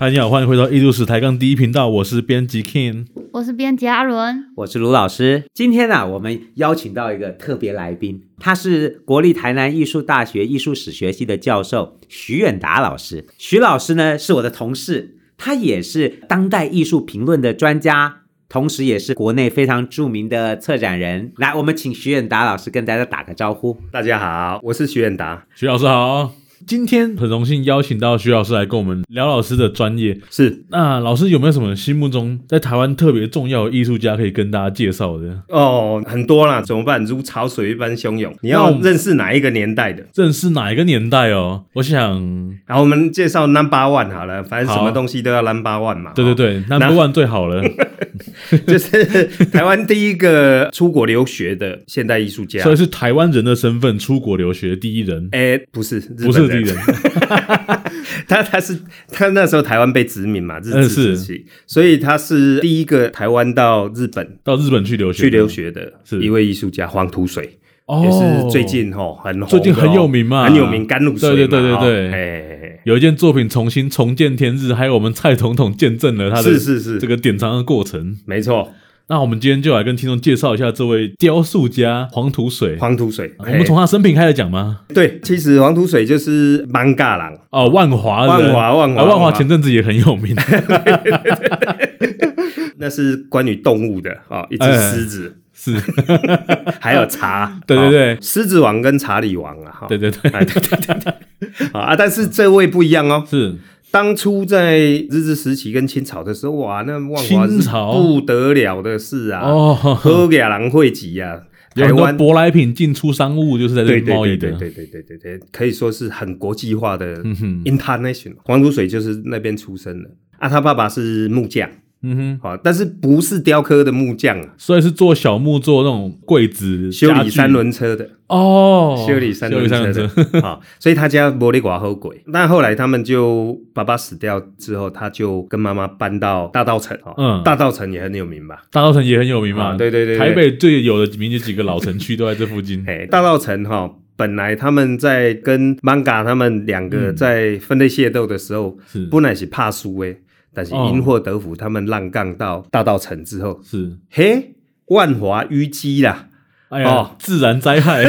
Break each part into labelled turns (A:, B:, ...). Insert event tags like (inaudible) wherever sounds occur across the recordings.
A: 嗨，你好，欢迎回到艺术史抬杠第一频道，我是编辑 King。
B: 我是编辑阿伦，
C: 我是卢老师。今天呢、我们邀请到一个特别来宾，他是国立台南艺术大学艺术史学系的教授徐远达老师。徐老师呢是我的同事，他也是当代艺术评论的专家，同时也是国内非常著名的策展人。来，我们请徐远达老师跟大家打个招呼。
D: 大家好，我是徐远达。
A: 徐老师好，今天很荣幸邀请到徐老师来跟我们聊老师的专业。
D: 是
A: 那老师有没有什么心目中在台湾特别重要的艺术家可以跟大家介绍的？
D: 哦，很多啦，怎么办？如潮水一般汹涌。你
A: 那我
D: 要
A: 们
D: 认识哪一个年代的？
A: 正是哪一个年代哦？我想，
D: 好，我们介绍 Number One 好了，反正什
A: 好啊
D: 么东西都要 Number One 嘛。
A: 对对对，那不万最好了。
D: 对， (laughs) 就是台湾第一个出国留学的现代艺术家
A: 所。以是台湾人的身份出国留学的第一人，
D: 哎、不是，日
A: 不是
D: 本
A: 第一
D: 人，
A: 人。
D: (laughs) 他他是他那时候台湾被殖民嘛，日
A: 嗯
D: 治
A: 是
D: 时期，所以他是第一个台湾到日本
A: 到日本去留学，
D: 去留学的
A: 是
D: 一位艺术家黄土水。
A: 哦，
D: 也是最近吼很红的哦，
A: 最近很有名嘛
D: 很有名甘露水嘛，
A: 对对对对对
D: 哦哎，
A: 有一件作品重新重见天日，还有我们蔡总统见证了他的
D: 是是是
A: 这个典藏的过程。
D: 没错，
A: 那我们今天就来跟听众介绍一下这位雕塑家黄土水。
D: 黄土水，
A: 我们从他生平开始讲吗？
D: 哎对，其实黄土水就是芒嘎郎，
A: 哦，万华人，
D: 万华万华
A: 啊万
D: 万
A: 华
D: 华
A: 前阵子也很有
D: (laughs)
A: 名，
D: 那是关于动物的哦，一只
A: 哎
D: 狮子，
A: 是， (laughs)
D: 还有茶，
A: 哎对对对
D: 哦狮子王跟查理王啊，哈
A: 对对对，
D: 哎对对对对，啊，但是这位不一样哦，
A: 是
D: 当初在日治时期跟清朝的时候，哇，那万华是
A: 清朝
D: 不得了的事啊，
A: 哦，
D: 喝给郎会集呀，
A: 有
D: 台
A: 很多
D: 湾
A: 舶来品进出商务就是在这
D: 对
A: 里
D: 对
A: 贸易
D: 对
A: 的
D: 对，对对对对对，可以说是很国际化的
A: 嗯哼
D: international。黄土水就是那边出生的啊，他爸爸是木匠，
A: 嗯哼，
D: 好、但是不是雕刻的木匠啊，
A: 所以是做小木做那种柜子、
D: 修
A: 家具
D: 理三轮车的，
A: 哦，
D: 修理三轮车
A: 修理
D: 的
A: 三轮车
D: (laughs) 啊、所以他家玻璃寡后鬼。那后来他们就爸爸死掉之后，他就跟妈妈搬到大道城，哦、
A: 嗯
D: 大道城也很有名吧？
A: 大稻城也很有名嘛，
D: 啊对对对对
A: 台北最有的名就几个老城区都在这附
D: (laughs)
A: 近，
D: 哎，大道城哈、本来他们在跟 Manga 他们两个
A: 嗯
D: 在分类械斗的时候，
A: 是
D: 本来是怕输诶，但是
A: 哦
D: 因祸得福，他们浪杠到大道城之后，
A: 是，
D: 嘿，万华淤积啦，
A: 哎呀，
D: 哦
A: 自然灾害，
D: (laughs)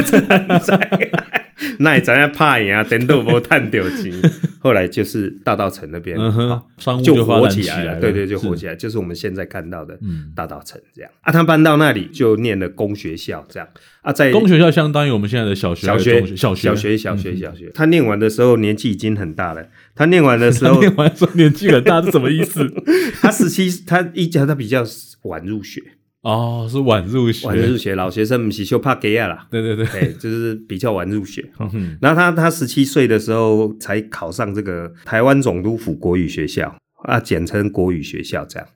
D: 那也咱要怕
A: (laughs)
D: 赢啊，等都无探到钱。后来就是大道城那边、
A: 嗯
D: 哦
A: 哼，商务
D: 就
A: 发
D: 火
A: 展
D: 起
A: 来
D: 来
A: 了，
D: 了，对对，就火
A: 是
D: 起来，就是我们现在看到的
A: 嗯，
D: 大道城这样。啊，他搬到那里就念了工学校这样啊，在
A: 工学校相当于我们现在的小学、
D: 小学
A: 中学、小学、嗯 (laughs)
D: 小学小学小学，他念完的时候年纪已经很大了。他念完的时
A: 他
D: 候，
A: 念完说年纪很大是什么意思？
D: 他十七，他一家他比较晚入学，
A: 哦，是晚入学，
D: 晚入学，老学生不是修怕给啊啦， (laughs)
A: 对对对，
D: 哎，就是比较晚入学。
A: 嗯
D: 然后他他十七岁的时候才考上这个台湾总督府国语学校啊，简称国语学校这样。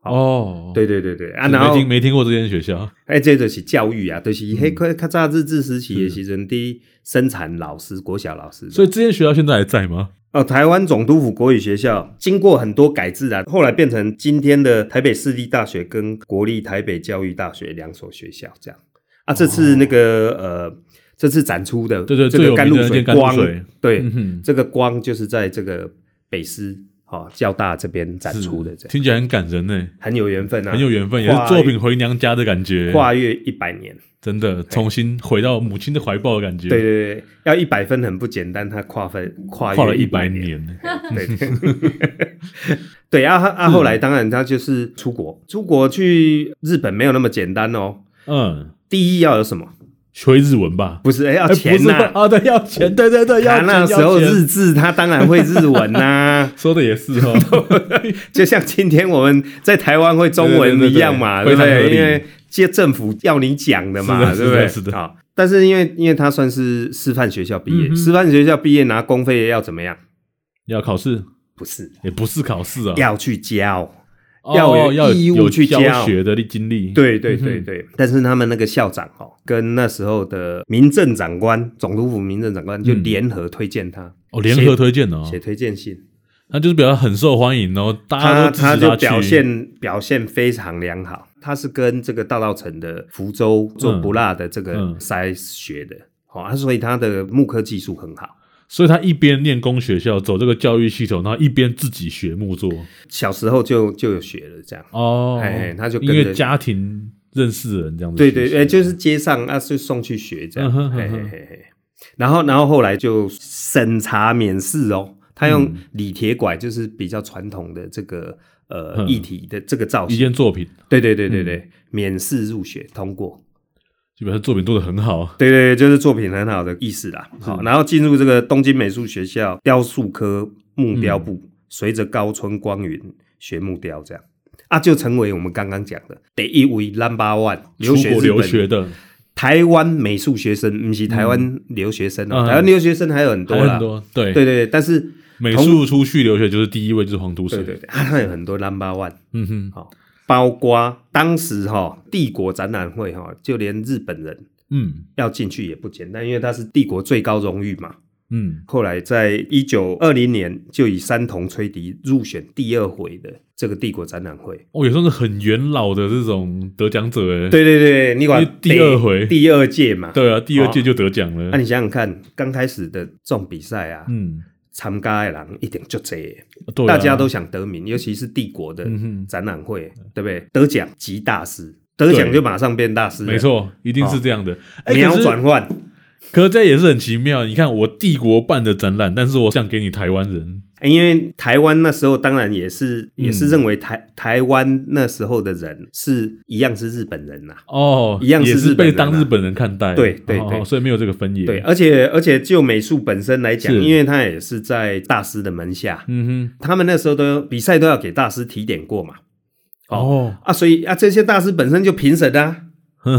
D: 好
A: 哦，
D: 对对对对啊，
A: 是
D: 然后
A: 没听嗯没听过这间学校，
D: 哎，这就是教育啊，就是黑科较早日治时期
A: 嗯
D: 的时阵，第生产老师、国小老师，
A: 所以这间学校现在还在吗？
D: 哦，台湾总督府国语学校经过很多改制啊，后来变成今天的台北市立大学跟国立台北教育大学两所学校这样。啊，这次那个、呃，这次展出的
A: 哦对对
D: 这
A: 最有
D: 个
A: 名的
D: 甘露
A: 那
D: 水
A: 间甘露
D: 光，
A: 水
D: 对、
A: 嗯哼
D: 这个光就是在这个北师哦交大这边展出的，这样
A: 听起来很感人呢，
D: 很有缘分啊，
A: 很有缘分，也是
D: 跨
A: 作品回娘家的感觉，
D: 跨越一百年，
A: 真的重新回到母亲的怀抱的感觉，
D: 对对对，要一百分很不简单，它跨分跨
A: 跨了
D: 越
A: 一百
D: 百年。
A: 年， (laughs)
D: 对对 (laughs) 对啊
A: 嗯
D: 啊！后来当然他就是出国，出国去日本没有那么简单哦。
A: 嗯，
D: 第一要有什么？
A: 学日文吧。
D: 不是 (laughs) 哎，要
A: 哎
D: 钱
A: 不是
D: 呐、
A: 啊，对，要钱，对对对，要
D: 他
A: 钱。
D: 那时候
A: 要钱
D: 日志，他当然会日文
A: (laughs)
D: 呐、
A: 说的也是哦，
D: 就像今天我们在台湾会中文一样嘛，
A: 对对
D: 对
A: 对对非常
D: 不
A: 合理
D: 对？因为接政府要你讲的嘛，
A: 是的
D: 对不对？
A: 是的是的
D: 好，但是因为因为他算是师范学校毕
A: 嗯
D: 业，
A: 哼
D: 师范学校毕业拿公费要怎么样？
A: 要考试
D: 不是，
A: 也不是考试啊，
D: 要去教。
A: 哦
D: 要
A: 要
D: 有义务
A: 有
D: 去
A: 教
D: 教
A: 学的经历，，
D: 对对
A: 嗯哼
D: 对对，但是他们那个校长哦，跟那时候的民政长官、总督府民政长官就
A: 嗯
D: 联合推荐他，
A: 哦，联合推荐哦
D: 写，推荐信，
A: 那就是表示很受欢迎哦，大家
D: 他
A: 都支持
D: 他就
A: 去
D: 表现表现非常良好，他是跟这个大稻城的福州做
A: 嗯
D: 不辣的这个
A: 嗯
D: 哦筛学的，好、啊，所以他的木刻技术很好。
A: 所以他一边念工学校，走这个教育系统，然后一边自己学木作。
D: 小时候就就有学了这样。
A: 哦，
D: 哎他就跟
A: 因
D: 着
A: 为家庭认识的人这样子
D: 对
A: 学习。
D: 对，哎，就是街上啊，就送去学这
A: 嗯
D: 样。
A: 哼嗯
D: 嘿嘿
A: 哼
D: 嘿嘿。然后，然后后来就审查免试哦，他
A: 嗯
D: 用李铁拐，就是比较传统的这个呃
A: 嗯
D: 议题的这个造
A: 一
D: 型。
A: 件作品，
D: 对对对对对，免试入学通过。
A: 基本上作品做的很好。
D: 对对，对就是作品很好的意思啦。好，然后进入这个东京美术学校雕塑科木雕部，
A: 嗯
D: 随着高村光云学木雕这样。啊，就成为我们刚刚讲的第一位 number one 留学
A: 出国
D: 日
A: 留
D: 本
A: 学的
D: 台湾美术学生，不是台湾留学生哦、
A: 嗯
D: 台湾留学生还有很多
A: 还
D: 啦，
A: 很多，对
D: 对对对，但是
A: 美术出去留学就是第一位就是黄都
D: 对
A: 城，
D: 对对，啊还有很多 number one，
A: 嗯哼，
D: 好、包括当时哈、帝国展览会哈、就连日本人
A: 嗯
D: 要进去也不简单，因为它是帝国最高荣誉嘛。
A: 嗯，
D: 后来在一九二零年就以三铜吹笛入选第二回的这个帝国展览会。
A: 哦，也算是很元老的这种得奖者哎。
D: 对对对，你管
A: 因为第二回
D: 第二届嘛。
A: 对啊，第二届
D: 哦
A: 就得奖
D: 那、
A: 了。
D: 你想想看，刚开始的这种比赛啊，
A: 嗯，
D: 参加的人一定就这，
A: 对啊，
D: 大家都想得名，尤其是帝国的
A: 嗯哼
D: 展览会，对不对？得奖即大师，得奖
A: 对
D: 就马上变大师，
A: 没，错，一定是这样的。哎
D: 秒哦转。换，
A: 可是可是这也是很奇妙。你看，我帝国办的展览，但是我想给你台湾人，
D: 哎因为台湾那时候当然也是
A: 嗯
D: 也是认为台台湾那时候的人是一样是日本人呐，
A: 哦，
D: 一样是
A: 也
D: 日
A: 是
D: 本
A: 被
D: 人啊
A: 当日本人看待，
D: 对对
A: 哦
D: 对
A: 所以没有这个分野。
D: 对，，而且而且就美术本身来讲，
A: 是
D: 因为他也是在大师的门下，
A: 嗯
D: 他们那时候都比赛都要给大师提点过嘛，
A: 哼，哦，
D: 啊，所以啊这些大师本身就评审啊，哦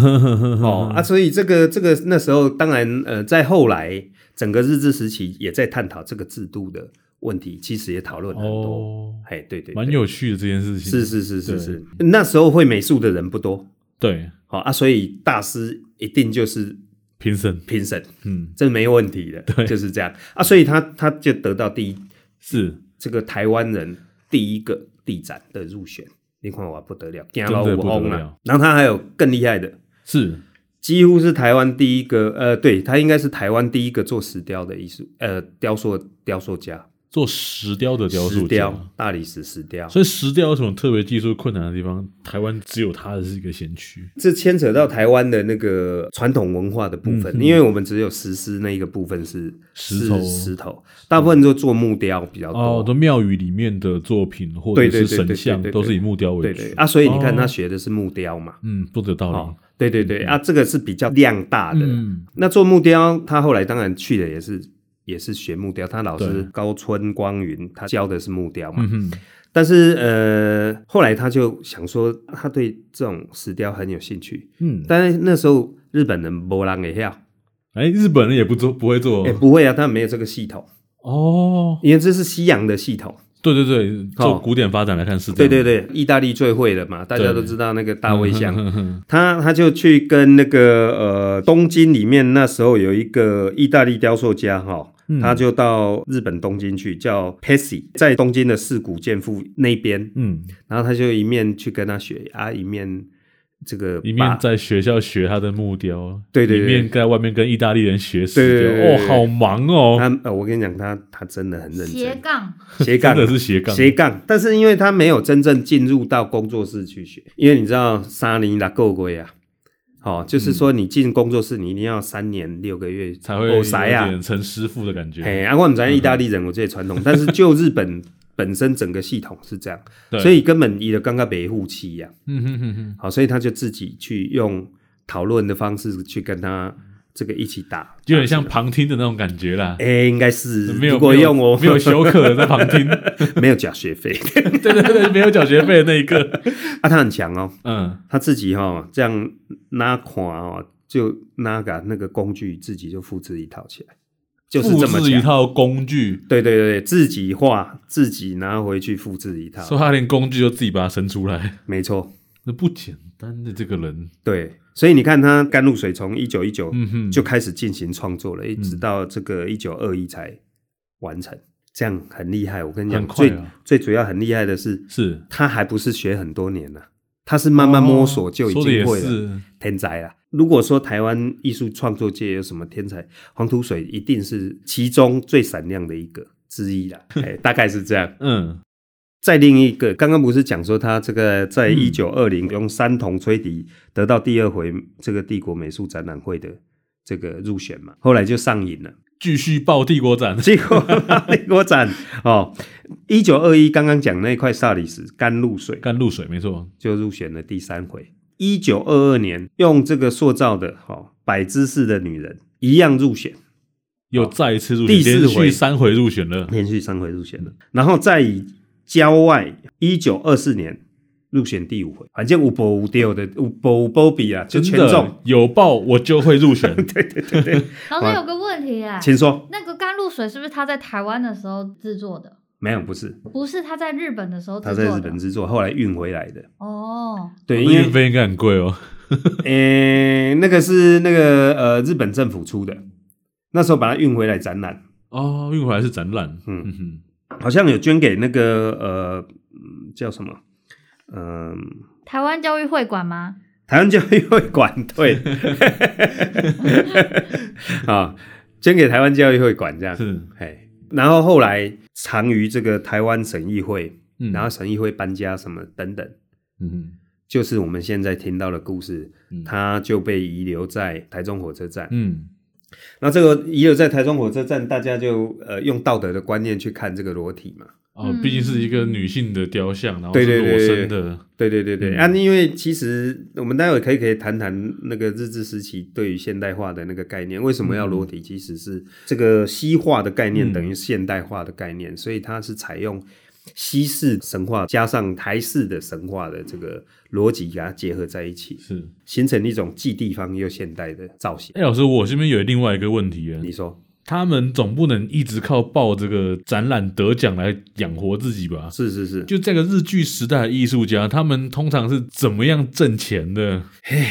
A: (laughs) 哦
D: 啊，，所以这个这个那时候当然呃，在后来整个日治时期也在探讨这个制度的问题，其实也讨论很多。
A: 哦，
D: 哎、对对对
A: 蛮有趣的这件事情。
D: 是是是是是，那时候会美术的人不多，
A: 对，
D: 好、啊，所以大师一定就是
A: 评审，
D: 评审，
A: 嗯，
D: 这没问题的，
A: 对
D: 就是这样啊，所以他他就得到第一
A: 是
D: 这个台湾人第一个地展的入选，你看我不得了，惊到
A: 真的
D: 我
A: 不得
D: 疯了
A: 了。
D: 然后他还有更厉害的，
A: 是，
D: 几乎是台湾第一个，呃，对他应该是台湾第一个做石雕的艺术，呃，雕塑雕塑家，
A: 做石雕的雕塑
D: 石
A: 家
D: 雕，大理石石雕，
A: 所以石雕有什么特别技术困难的地方？台湾只有它的是一个先驱。
D: 这牵扯到台湾的那个传统文化的部分，因为我们只有石狮那一个部分是
A: 嗯石
D: 是
A: 头
D: 石头，大部分都做木雕比较
A: 哦，都
D: 多，
A: 庙宇里面的作品或
D: 对
A: 者
D: 对
A: 是
D: 对
A: 神
D: 对
A: 像
D: 对对对，
A: 都是以木雕为
D: 对
A: 主
D: 对啊，所以你看他
A: 哦
D: 学的是木雕嘛，
A: 嗯，不得道
D: 哦
A: 理。，
D: 对对对啊，这个是比较量大的，
A: 嗯，
D: 那做木雕，他后来当然去的也是也是学木雕，他老师
A: 对
D: 高村光云他教的是木雕嘛。
A: 嗯哼，
D: 但是呃，后来他就想说，他对这种石雕很有兴趣，
A: 嗯，
D: 但是那时候日本人没人也要，
A: 哎，日本人也不做，不会做
D: 也、不会啊，他没有这个系统，
A: 哦。
D: 因为这是西洋的系统。
A: 对对对，
D: 哦
A: 做古典发展来看是这
D: 对
A: 样。
D: 对对，意大利最会的嘛，大家
A: 对
D: 都知道那个大卫
A: (laughs)
D: 像，
A: 哼哼
D: 他他就去跟那个呃东京里面那时候有一个意大利雕塑家哈、
A: 嗯
D: 他就到日本东京去，叫 Pessy，在东京的四谷建富那边，
A: 嗯，
D: 然后他就一面去跟他学啊，一面这个
A: 一
D: 把
A: 面在学校学他的木雕，
D: 对对对
A: 一面在外面跟意大利人学
D: 对对
A: 石
D: 对对对
A: 雕，哦，好忙哦，
D: 他呃，我跟你讲，他他真的很认
B: 斜
D: 真，
B: 杠，
D: 斜杠啊
A: 真的是斜杠，
D: 斜杠，但是因为他没有真正进入到工作室去学，因为你知道三年六够贵啊。哦，就是说你进工作室，你一定要三年六个月
A: 嗯才会
D: 有
A: 有
D: 才啊，
A: 点嗯成师傅的感觉。
D: 嘿，啊，我们咱意大利人，我这些传统，但是就日本 (laughs) 本身整个系统是这样，
A: 对
D: 所以根本伊的刚刚维护期呀，
A: 嗯哼哼哼，
D: 好，所以他就自己去用讨论的方式去跟他这个一起打，
A: 有点像旁听的那种感觉啦。
D: 哎、应该是
A: 没有，
D: 如果
A: 没有
D: 用我
A: 没有休克的在旁听，
D: (laughs) 没有缴学费
A: 对对对，没有缴学费的那一个，
D: 啊，他很强哦，
A: 嗯，
D: 他自己哈、哦、这样拿款哦，就拿个那个工具自己就复制一套起来，就是这么
A: 复制一
D: 强。
A: 套工具，
D: 对对对，自己画，自己拿回去复制一套，
A: 说他连工具都自己把它生出来，
D: 没错。
A: 那不简单的这个人，
D: 对，所以你看他甘露水从一九一九
A: 嗯哼，
D: 就开始进行创作了，一直到这个一九二一才完成，这样很厉害。我跟你讲，
A: 很快
D: 最
A: 啊
D: 最主要很厉害的是，
A: 是
D: 他还不是学很多年呢、他是慢慢摸索就
A: 哦
D: 已
A: 说的也
D: 经会了。
A: 是，
D: 天才啦！如果说台湾艺术创作界有什么天才，黄土水一定是其中最闪亮的一个之一啦。哎，大概是这样。
A: 嗯，
D: 再另一个，刚刚不是讲说他这个在
A: 嗯
D: 一九二零用三铜吹笛得到第二回这个帝国美术展览会的这个入选嘛？后来就上瘾了，
A: 继续报帝国展，
D: 结果帝国展哦，一九二一刚刚讲那块萨里斯甘露水
A: 干露水，没错，
D: 就入选了第三回。一九二二年用这个塑造的哦摆姿势的女人一样入选，
A: 又再一次入选，
D: 第四
A: 连
D: 回
A: 续三回入选了，
D: 连续三回入选了，然后再以郊外一九二四年入选第五回，反正五波五丢的五波五波比啊，就全
A: 真的
D: 中。
A: 有报我就会入
D: (laughs)
A: 选，
B: 老师有个问题哎，
D: 请说，
B: 那个甘露水是不是他在台湾的时候制作的？
D: 没有不是，
B: 不是他在日本的时候
D: 他
B: 制
D: 在
B: 作
D: 日
B: 哦的
D: 本。制作，后来运回来的。
B: 哦，
D: 对，因
A: 那运
D: 为
A: 费应该很贵哦，
D: 呃那个是那个呃日本政府出的，那时候把它运回来展览，
A: 哦，运回来是展览，
D: 嗯
A: 嗯哼，
D: 好像有捐给那个呃嗯叫什么嗯。
B: 台湾教育会馆吗？
D: 台湾教育会馆
A: (laughs)
D: 对，啊，捐给台湾教育会馆这样，
A: 是，
D: 哎，然后后来藏于这个台湾省议会，
A: 嗯，
D: 然后省议会搬家什么等等，
A: 嗯哼，
D: 就是我们现在听到的故事，
A: 嗯
D: 它就被遗留在台中火车站。
A: 嗯，
D: 那这个遗留在台中火车站，大家就呃用道德的观念去看这个裸体嘛。
A: 哦，
B: 嗯
A: 毕竟是一个女性的雕像，然后
D: 对对
A: 是
D: 对
A: 裸
D: 对
A: 身的，
D: 对对对对、
A: 嗯
D: 啊，因为其实我们待会可以可以谈谈那个日治时期对于现代化的那个概念，为什么要裸体？其实是这个西化的概念
A: 嗯
D: 等于现代化的概
B: 嗯
D: 念，所以它是采用西式神话加上台式的神话的这个逻辑，给它结合在一起，
A: 是。
D: 形成一种既地方又现代的造型。
A: 哎，老师，我这边有另外一个问题啊，
D: 你说
A: 他们总不能一直靠报这个展览得奖来养活自己吧？
D: 是是是，
A: 就这个日剧时代的艺术家，他们通常是怎么样挣钱的？ (laughs)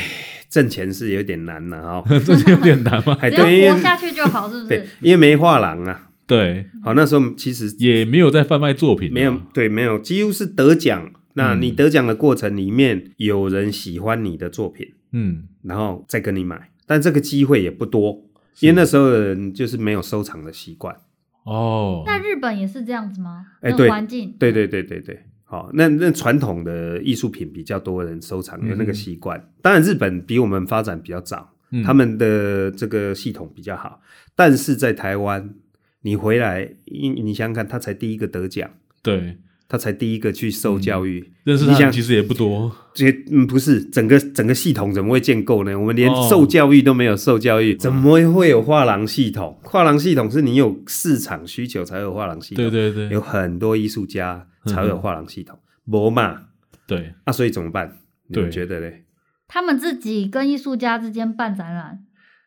D: 挣钱是有点难了啊、哦，
A: 这有点难
D: (laughs)
A: 吗？
D: 哎，
B: 只要
D: 对，因
B: 活
D: 为
B: 下去就好，是不
D: 对
B: 是？，
D: 因为没画廊啊，
A: 对，
D: 好，那时候其实
A: 也没有在贩卖作品啊、
D: 没有，对，没有，几乎是得奖。那
A: 嗯
D: 你得奖的过程里面，有人喜欢你的作品，
A: 嗯，
D: 然后再跟你买，但这个机会也不多，因为那时候的人就是没有收藏的习惯。
A: 哦，
B: 那日本也是这样子吗？
D: 哎
B: 那
D: 对
B: 环境，
D: 对对对对对，好，那那传统的艺术品比较多人收藏，有那个
A: 嗯
D: 习惯。当然，日本比我们发展比较早，
A: 嗯
D: 他们的这个系统比较好，但是在台湾，你回来，你你想想看，他才第一个得奖，
A: 对
D: 他才第一个去
A: 嗯
D: 受教育，
A: 认识
D: 你
A: 他
D: 想
A: 们其实也不多，
D: 这嗯不是整个整个系统怎么会建构呢？我们连
A: 哦
D: 受教育都没有受教育，怎么会有画廊系统？画廊系统是你有市场需求才有画廊系
A: (laughs)
D: 统，
A: 对嗯对对
D: 有很多艺术家才有画廊系统，没嘛？
A: 对，
D: 啊，所以怎么办？你们
A: 对
D: 觉得嘞？
B: 他们自己跟艺术家之间办展览，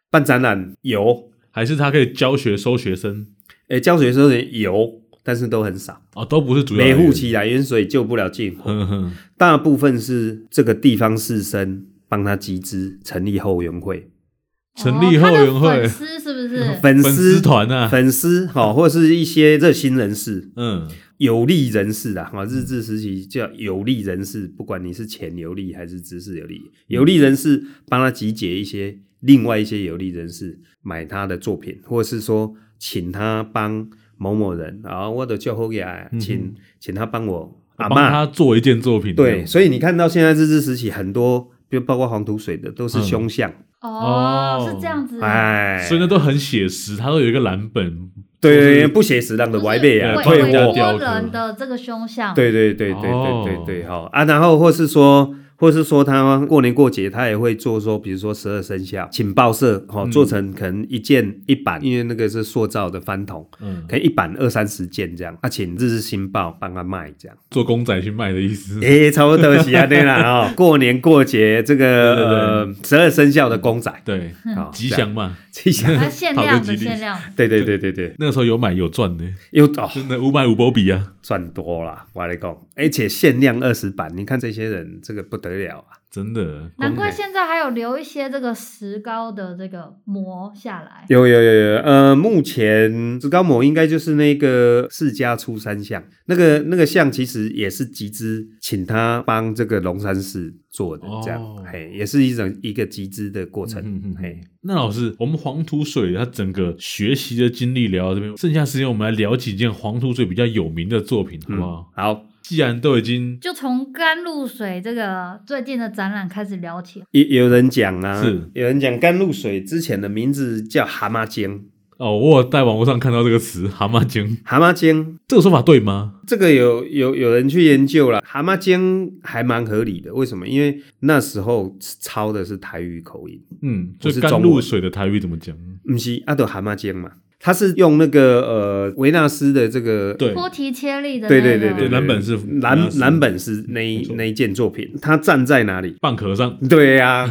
D: 办展览有，
A: 还是他可以教学收学生
D: 诶，教学生人有，但是都很少，
A: 哦，都不是主要
D: 每户
A: 原
D: 其来源，所以救不了近火。
A: 哼哼，
D: 大部分是这个地方士绅帮他集资成立后援会，
A: 成立后援
B: 哦他
A: 会
B: 的粉丝是不是？
D: (laughs) 粉
A: 粉
D: 丝
A: 丝团啊，
D: 粉丝好、或是一些热心人士、
A: 嗯，
D: 有利人士啊，哈，日治时期叫有利人士，不管你是钱有利还是知识有
A: 嗯
D: 利，有利人士帮他集结一些另外一些有利人士买他的作品，或是说请他帮某某人啊，我的叫后呀，
A: 嗯哼
D: 请请他帮我阿
A: 帮
D: 妈，
A: 他做一件作品这
D: 对，
A: 样子，
D: 所以你看到现在日治时期很多，比如包括黄土水的都
A: 嗯
D: 是凶相，
B: 哦，
A: 哦
B: 是这样子。
D: 哎，
A: 所以那都很写实，他都有一个蓝本，
D: 对不写实浪
B: 不
D: 的
B: 是
D: 歪背啊，
B: 会
D: 退
B: 会
A: 掉
D: 货
A: 掉
B: 多人的这个凶相，
D: 对对对对对
A: 哦
D: 对对，好、啊，然后或是说，或是说他过年过节他也会做说，比如说十二生肖请报社，好、
A: 嗯
D: 做成可能一件一版，因为那个是塑造的翻筒，
A: 嗯，
D: 可能一版二三十件这样，啊，请日日新报帮他卖这样，
A: 做公仔去卖的意思，
D: 诶、差不多是啊，
A: (laughs)
D: 对啦，哦，过年过节这个
A: 对对对
D: 呃十二生肖的公仔，
A: 对，
D: 好、
A: 吉
D: 哦这样
A: 祥嘛，
D: (laughs) 吉祥，
B: 它
A: (laughs)
B: 限量
A: 跑个
B: 的
A: 吉利
B: 限量的。
D: 对对对对对，
A: 那个时候有买有赚的，
D: 又哦
A: 真的五买五波比啊，
D: 赚多啦，我跟你讲，而且限量二十版，你看这些人这个不得得了啊！
A: 真的，
B: 难怪现在还有留一些这个石膏的这个膜下来。
D: 有有有有，呃，目前石膏模应该就是那个世家出三项，那个那个项其实也是集资请他帮这个龙山寺做的，这样，
A: 哦
D: 嘿，也是一种一个集资的过程，
A: 嗯嗯嗯嗯
D: 嘿，
A: 那老师，我们黄土水他整个学习的经历聊到这边，剩下时间我们来聊几件黄土水比较有名的作品，好
D: 嗯
A: 不好？
D: 好，
A: 既然都已经
B: 就从甘露水这个最近的展览开始聊起，
D: 也有人讲啊，
A: 是
D: 有人讲甘露水之前的名字叫蛤蟆精，
A: 哦，我有在网络上看到这个词“蛤蟆精
D: 蛤蟆精”，
A: 这个说法对吗？
D: 这个有有有人去研究了，蛤蟆精还蛮合理的，为什么？因为那时候抄的是台语口音。
A: 嗯，
D: 不
A: 就是甘
D: 中文
A: 露水的台语怎么讲？
D: 不是阿斗蛤蟆精嘛，他是用那个呃维纳斯的这个
A: 对
B: 波提切利的、那
D: 对
B: 个
D: 对对对，
A: 蓝本是维
D: 蓝
A: 纳斯
D: 蓝本是那
A: 没
D: 一
A: 错
D: 那一件作品，他站在哪里？
A: 半和尚，
D: 对
A: (laughs)
D: 呀、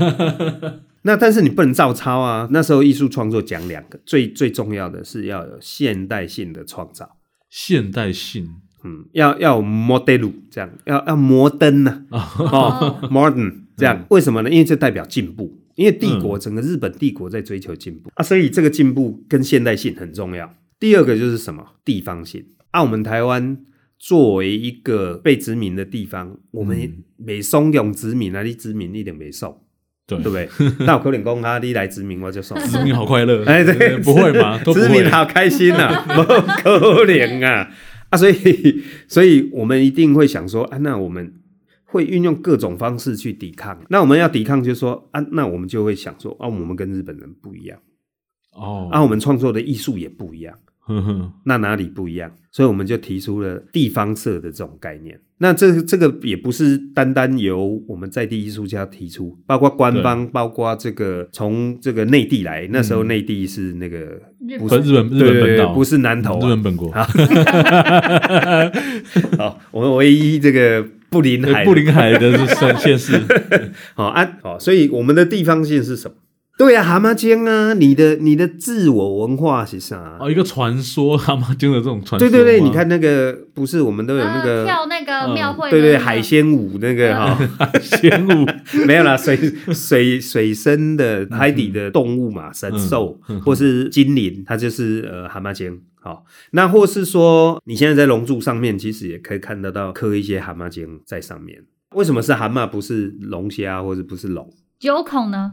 D: 那但是你不能照抄啊！那时候艺术创作讲两个，最最重要的是要有现代性的创造，
A: 现代性 (laughs)
D: 嗯，要要有 model 这样，要要摩登呐、
A: 啊，
D: 哦
B: 哦
D: ，modern
A: 嗯
D: 这样，为什么呢？因为这代表进步，因为帝国整个日本帝国在追求进步啊，所以这个进步跟现代性很重要。第二个就是什么？地方性。啊，我们台湾作为一个被殖民的地方，我们
A: 嗯
D: 美松用殖民啊，你殖民一点没送，
A: 对
D: 对不对？那我可能讲啊，你来殖民我就送。
A: 殖民好快乐，
D: (laughs) 哎，对，
A: (laughs) 不会吗？
D: (laughs)
A: 都不
D: 殖
A: 会
D: 民，好开心呐、
A: (laughs)
D: 啊，不可怜啊啊！所以， (laughs) 所以我们一定会想说啊，那我们会运用各种方式去抵抗。那我们要抵抗，就是说啊，那我们就会想说啊，我们跟日本人不一样，
A: 哦，
D: 啊，我们创作的艺术也不一样。
A: 呵呵，
D: 那哪里不一样？所以我们就提出了地方社的这种概念。那这这个也不是单单由我们在地艺术家提出，包括官方，包括这个从这个内地来，那时
A: 嗯
D: 候内地是那个
B: 日
D: 不
B: 本
D: 是
A: 日本日
D: 对
A: 本
D: 对
A: 本
D: 对
A: 岛
D: 不是南投、
A: 日
D: 啊。
A: 本本国，
D: 好，哦我们唯一这个不临
A: 对
D: 海的，
A: 布林海的是县县
D: (laughs)
A: 市，
D: 好啊，好，所以我们的地方性是什么？对啊，蛤蟆精啊，你的你的自我文化是啥？
A: 哦，一个传说蛤蟆精的这种传说，
D: 对对对，你，看那个不是我们都有那
B: 啊
D: 个、嗯
B: 跳那个庙会的
D: 对
B: 那个、
D: 对海鲜舞那个哈、
A: 仙舞，
D: (laughs) 没有啦，水水水生的海底的动物嘛，神兽、或是精灵，它就是呃蛤蟆精。好，那或是说你现在在龙柱上面，其实也可以看得到刻一些蛤蟆精在上面。为什么是蛤蟆，不是龙虾，或者不是龙？ (laughs)
B: 九孔呢？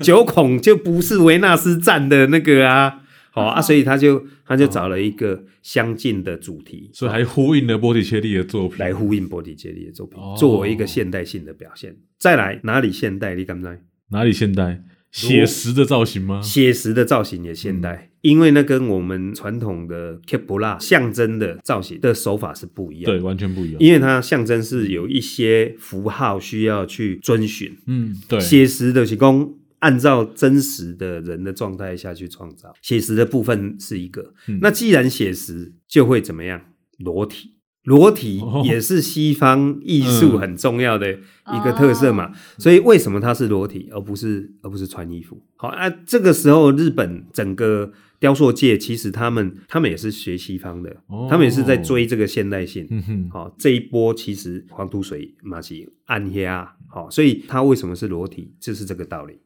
D: 九孔就不是维纳斯站的那个啊。好、啊，
B: 哦
D: 所以他就他就找了一个相近的主题，
A: 所以还呼应了波提切利的作品，
D: 来呼应波提切利的作品
A: 哦，
D: 作为一个现代性的表现。再来哪里现代？你敢不敢？
A: 哪里现代？写实的造型吗？
D: 写实的造型也现代，因为那跟我们传统的 k e p l a 象征的造型的手法是不一样。
A: 对，，完全不一样。
D: 因为它象征是有一些符号需要去遵循，
A: 嗯，对，
D: 写实的是供按照真实的人的状态下去创造。写实的部分是一个，
A: 嗯
D: 那既然写实，就会怎么样？裸体。裸体
A: 哦
D: 也是西方艺术
A: 嗯
D: 很重要的一个特色嘛，
A: 啊
D: 所以为什么它是裸体，而不是而不是穿衣服？好啊，这个时候日本整个雕塑界其实他们他们也是学西方的，
A: 哦
D: 他们也是在追这个现代性。
A: 嗯哼，
D: 好、哦这一波其实黄土水马奇暗黑啊，好、所以它为什么是裸体，就是这个道理。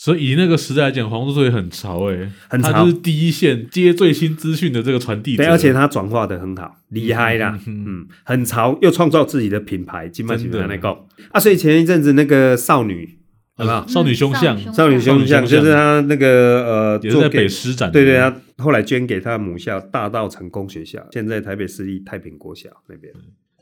A: 所以以那个时代来讲，黄土水很潮哎、
D: 很潮
A: 它就是第一线接最新资讯的这个传递者，嗯
D: 对，而且它转化的很好，厉害啦，嗯，很潮，又创造自己的品牌，金马奇
A: 真的
D: 那个啊，所以前一阵子那个少女，好不
A: 呃
D: 好？
A: 少女凶相
B: 嗯少
D: 少女
A: 胸
D: 胸像
A: 像
D: 就是她那个呃，
A: 也是在
D: 做给
A: 北师展，
D: 对对，，他后来捐给他的母校大道成功学校，现在台北市立太平国小那边。
A: 嗯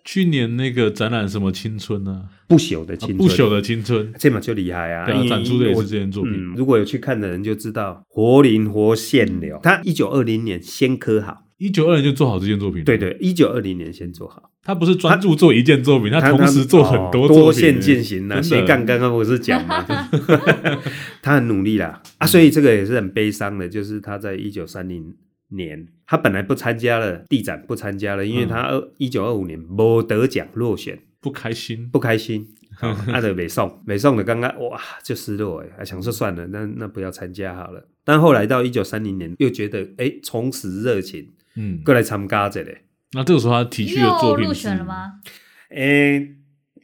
A: 去年那个展览什么青春呢、
D: 不朽的
A: 啊
D: 青春，
A: 不朽的青春，
D: 这嘛就厉害啊！
A: 对啊
D: 因为
A: 展出的也
D: 我
A: 是这件作品
D: 嗯，如果有去看的人就知道，活灵活现流。他一九二零年先刻好，
A: 一九二年就做好这件作品，
D: 对，对，一九二零年先做好。
A: 他不是专注做一件作品，他
D: 他
A: 同时做很
D: 哦
A: 多作品、
D: 多线进行啊，
A: 真的
D: 斜杠刚刚不是讲
A: (laughs)
D: 吗？ (laughs) 他很努力啦
A: 嗯
D: 啊，所以这个也是很悲伤的，就是他在一九三零年，他本来不参加了地展，不参加了，因为
A: 嗯
D: 他二一九二五年没得奖落选，
A: 不开心，
D: 不开心。啊，德北宋，北宋的刚刚哇就失落哎，啊想说算了，那那不要参加好了。但后来到一九三零年，又觉得哎重拾热情，
A: 嗯，
D: 过来参加这里。
A: 那这个时候他提取的
B: 又
A: 作品
B: 入
A: 是
B: 选了？吗？
D: 诶、哎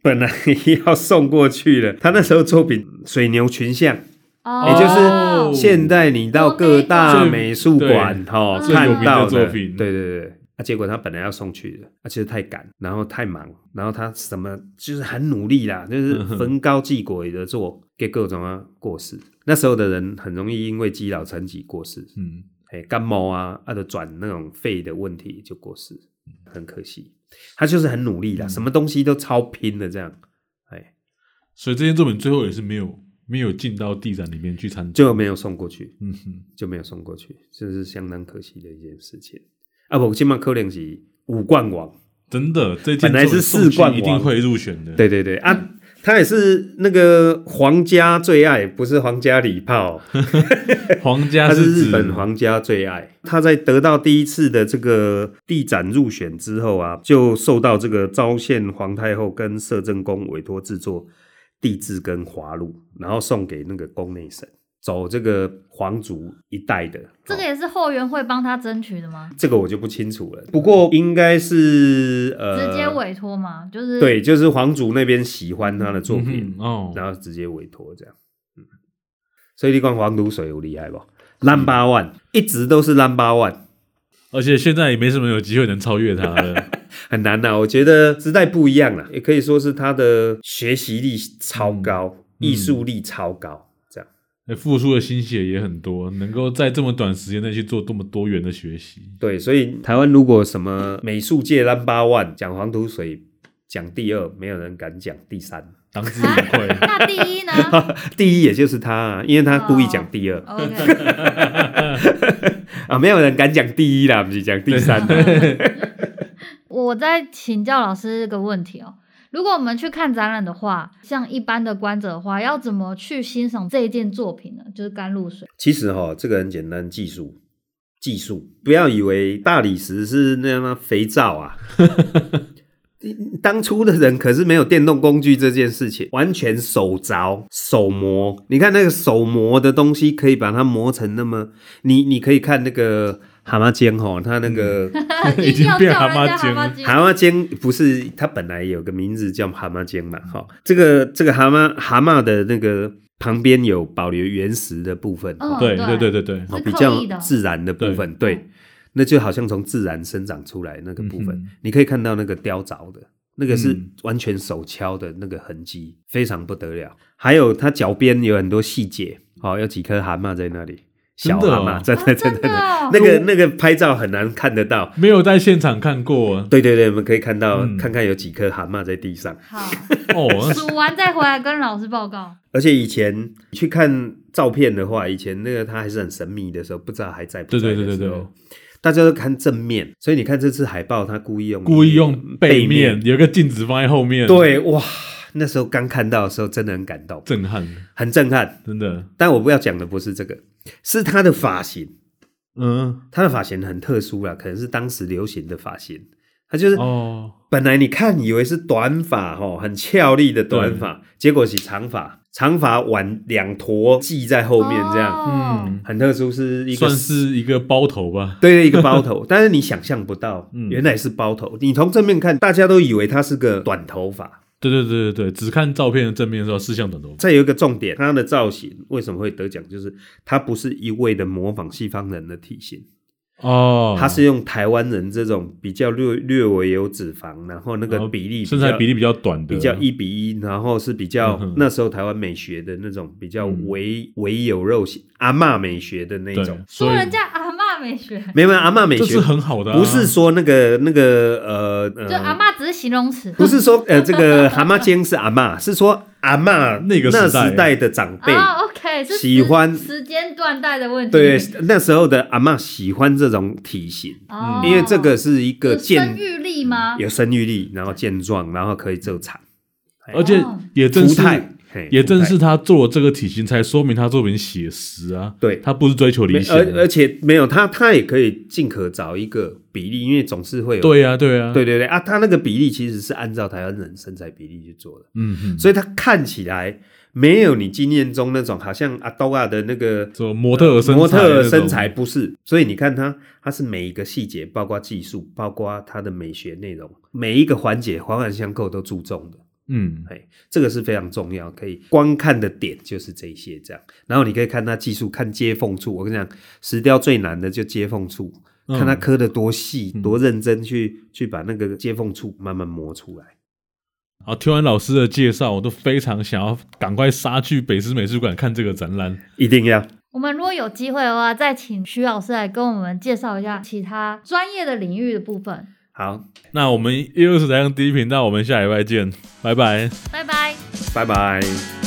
D: 本来 (laughs) 要送过去了。他那时候作品《水牛群像》，
B: 哦，
D: 也就是
A: 哦
D: 现在你到各大
A: 最
D: 美术馆哈
B: 对
D: 看到
A: 最有名的作品
D: 对对对。啊，结果他本来要送去的，啊，其实太赶，然后太忙，然后他什么就是很努
A: (laughs)
D: 力啦，就是
A: 嗯哼
D: 焚膏继果的做，结果怎么啊过世？那时候的人很容易因为积劳成疾过世，
A: 嗯，
D: 哎、感冒啊，啊就转那种肺的问题就过世，很可惜。他就是很努
A: 嗯
D: 力啦，什么东西都超拼的这样，哎，
A: 所以这件作品最后也是没有没有进到地展里面去参展。
D: 就没有送过去。
A: 嗯哼，
D: 就没有送过去，这是相当可惜的一件事情。啊，我今晚可能是五冠王，
A: 真的，这件
D: 本来是
A: 作品送
D: 四冠
A: 去
D: 王
A: 一定会入选的。
D: 对对对啊，他也是那个皇家最爱，不是皇家礼炮，
A: 皇家
D: (laughs) 他是
A: 指
D: 日本皇家最爱。他在得到第一次的这个地展入选之后啊，就受到这个昭宪皇太后跟摄政公委托制作地质跟华录，然后送给那个宫内省，走这个皇族一代的。
B: 这个
D: 哦
B: 也是后援会帮他争取的吗？
D: 这个我就不清楚了。不过应该是呃，
B: 直接委托嘛，就是
D: 对，就是皇族那边喜欢他的作品，
A: 嗯哼哦，
D: 然后直接委托这样。嗯，所以你看黄土水有厉害不？Number one 一直都是 Number one，
A: 而且现在也没什么有机会能超越他了。
D: 很难呐、啊我觉得时代不一样啊了，也可以说是他的学习力超高，艺术力超高，这样。
A: 哎付出的心血也很多，能够在这么短时间内去做这么多元的学习，
D: 对，所以台湾如果什么美术界 Number one 讲黄土水。讲第二，没有人敢讲第三。
A: 当之
B: 啊
A: 无愧。
B: 那第一
D: (laughs)
B: 呢
D: 第一也就是他、啊，因为他故意讲第
B: 哦
D: 二。
B: ？OK，
D: 啊，没有人敢讲第一啦，不是讲第三的。 (laughs)
B: 我再请教老师一个问题哦。如果我们去看展览的话，像一般的观者的话，要怎么去欣赏这一件作品呢？就是甘露
D: (laughs)
B: 水。
D: 其实哈、这个很简单，技术，技术，不要以为大理石是那样的肥皂 (laughs) 啊。当初的人可是没有电动工具这件事情，完全手凿、手磨。你看那个手磨的东西，可以把它磨成那么，你你可以看那个蛤蟆尖吼，它那个
A: 已经
B: 一定要
A: 变
B: 叫人
A: 蛤蟆
B: 家
A: 精
B: 蛤蟆精
D: 蛤蟆尖不是它本来有个名字叫蛤蟆尖嘛？哈、这个这个蛤蟆蛤蟆的那个旁边有保留原石的部分，
B: 嗯
D: 哦
B: (laughs)
A: 对
B: 对
A: 对对对对，
B: 是
D: 比
B: 刻
D: 较
B: 意的哦
D: (laughs) 自然的部分，
B: 对
D: 对，那就好像从自然生长出来那个部分，
A: 嗯哼
D: 你可以看到那个雕凿的。那个是
A: 嗯
D: 完全手敲的那个痕迹，非常不得了。还有它脚边有很多细节，哦，有几颗蛤蟆在那里，小
A: 真
D: 蛤
A: 的哦
D: 蟆，真
B: 啊
D: 的真的，
B: 真的哦
D: 那个那个拍照很难看得到，
A: 没有在现场看过啊
D: 对对对，我们可以看到、
A: 嗯
D: 看看有几颗蛤蟆在地上，
B: 好，
A: 哦，
B: 数完再回来跟老师报告。
D: 而且以前去看照片的话，以前那个它还是很神秘的时候，不知道还在不
A: 对
D: 在的
A: 对
D: 时候，
A: 对对对，
D: 大家都看正面，所以你看这次海报，它故意用
A: 故意用背面
D: 面，
A: 有个镜子放在后面，，
D: 对哇，那时候刚看到的时候真的很感动，
A: 震撼，
D: 很震撼。
A: 真的，
D: 但我不要讲的不是这个，是他的发型，
A: 嗯，
D: 他的发型很特殊啦，可能是当时流行的发型，他就是
A: 哦，
D: 本来你看以为是短发哦，很俏丽的短发，结果是长发，长发挽两坨系在 (laughs) 后面，这样、
B: 哦
A: 嗯，
D: 很特殊，是一个
A: 算是一个包头吧，
D: 对一个包
A: (laughs)
D: 头，但是你想象不到，
A: 嗯
D: 原来是包头。你从正面看，大家都以为他是个短头发。
A: 对对对对对，只看照片的正面的时候是像短头发，
D: 再有一个重点，他的造型为什么会得奖，就是他不是一味的模仿西方人的体型，
A: 哦，
D: 他是用台湾人这种比较略略微有脂肪，然后那
A: 然
D: 个
A: 后
D: 比例
A: 身材比例
D: 例。
A: 比较短的，
D: 比较一比一，然后是比较、
A: 啊嗯哼
D: 那时候台湾美学的那种比较
A: 嗯
D: 唯唯有肉型阿嬷美学的那
A: 对
D: 种，，
B: 说
A: 所以
B: 人家阿嬷美学，
D: 没有没有阿嬷美
A: 这
D: 学
A: 是很好的啊，
D: 不是说那个那个呃
B: 就
D: 呃
B: 阿嬷只是形容词。
D: 不是说呃这个蛤蟆精是阿嬷， (laughs) 是说阿嬷
A: 那个时
D: 那
A: 代
D: 时代的长辈。
B: 啊，OK，是
D: 喜
B: 时
D: 欢
B: 时间段代的问题。
D: 对，那时候的阿嬷喜欢这种体型，
B: 哦，
D: 因为这个是一个
B: 有生
D: 健
B: 育力吗？
D: 有生育力，然后健壮，然后可以走场，
A: 而且
B: 哦
A: 也正
D: 福
A: 是
D: 态，嘿
A: 也正是
D: 福态
A: 他做了这个体型，才说明他作品写实啊。
D: 对
A: 他不是追求理
D: 没
A: 想
D: 而
A: 的。
D: 而且没有他，他也可以尽可找一个比例，因为总是会有
A: 对呀，对呀，
D: 对，对对啊，他那个比例其实是按照台湾人身材比例去做的。
A: 嗯哼，
D: 所以他看起来没有你经验中那种好像阿多啊的那个
A: 做模特儿身材
D: 模特儿
A: 那种
D: 身材不是，所以你看他，他是每一个细节，包括技术，包括他的美学内容，每一个环节环环相扣都注重的。
A: 嗯，
D: 哎，这个是非常重要，可以观看的点就是这一些这样。然后你可以看它技术，看接缝处。我跟你讲，石雕最难的就接缝处，
A: 嗯
D: 看它刻的多细、
A: 嗯
D: 多认真去去把那个接缝处慢慢磨出来。
A: 好，听完老师的介绍，我都非常想要赶快杀去北师美术馆看这个展览。
D: 一定要，
B: 我们如果有机会的话，再请徐老师来跟我们介绍一下其他专业的领域的部分。
D: 好，
A: 那我们又是台上第一频道，我们下礼拜见，拜拜。
B: 拜拜。
D: 拜拜。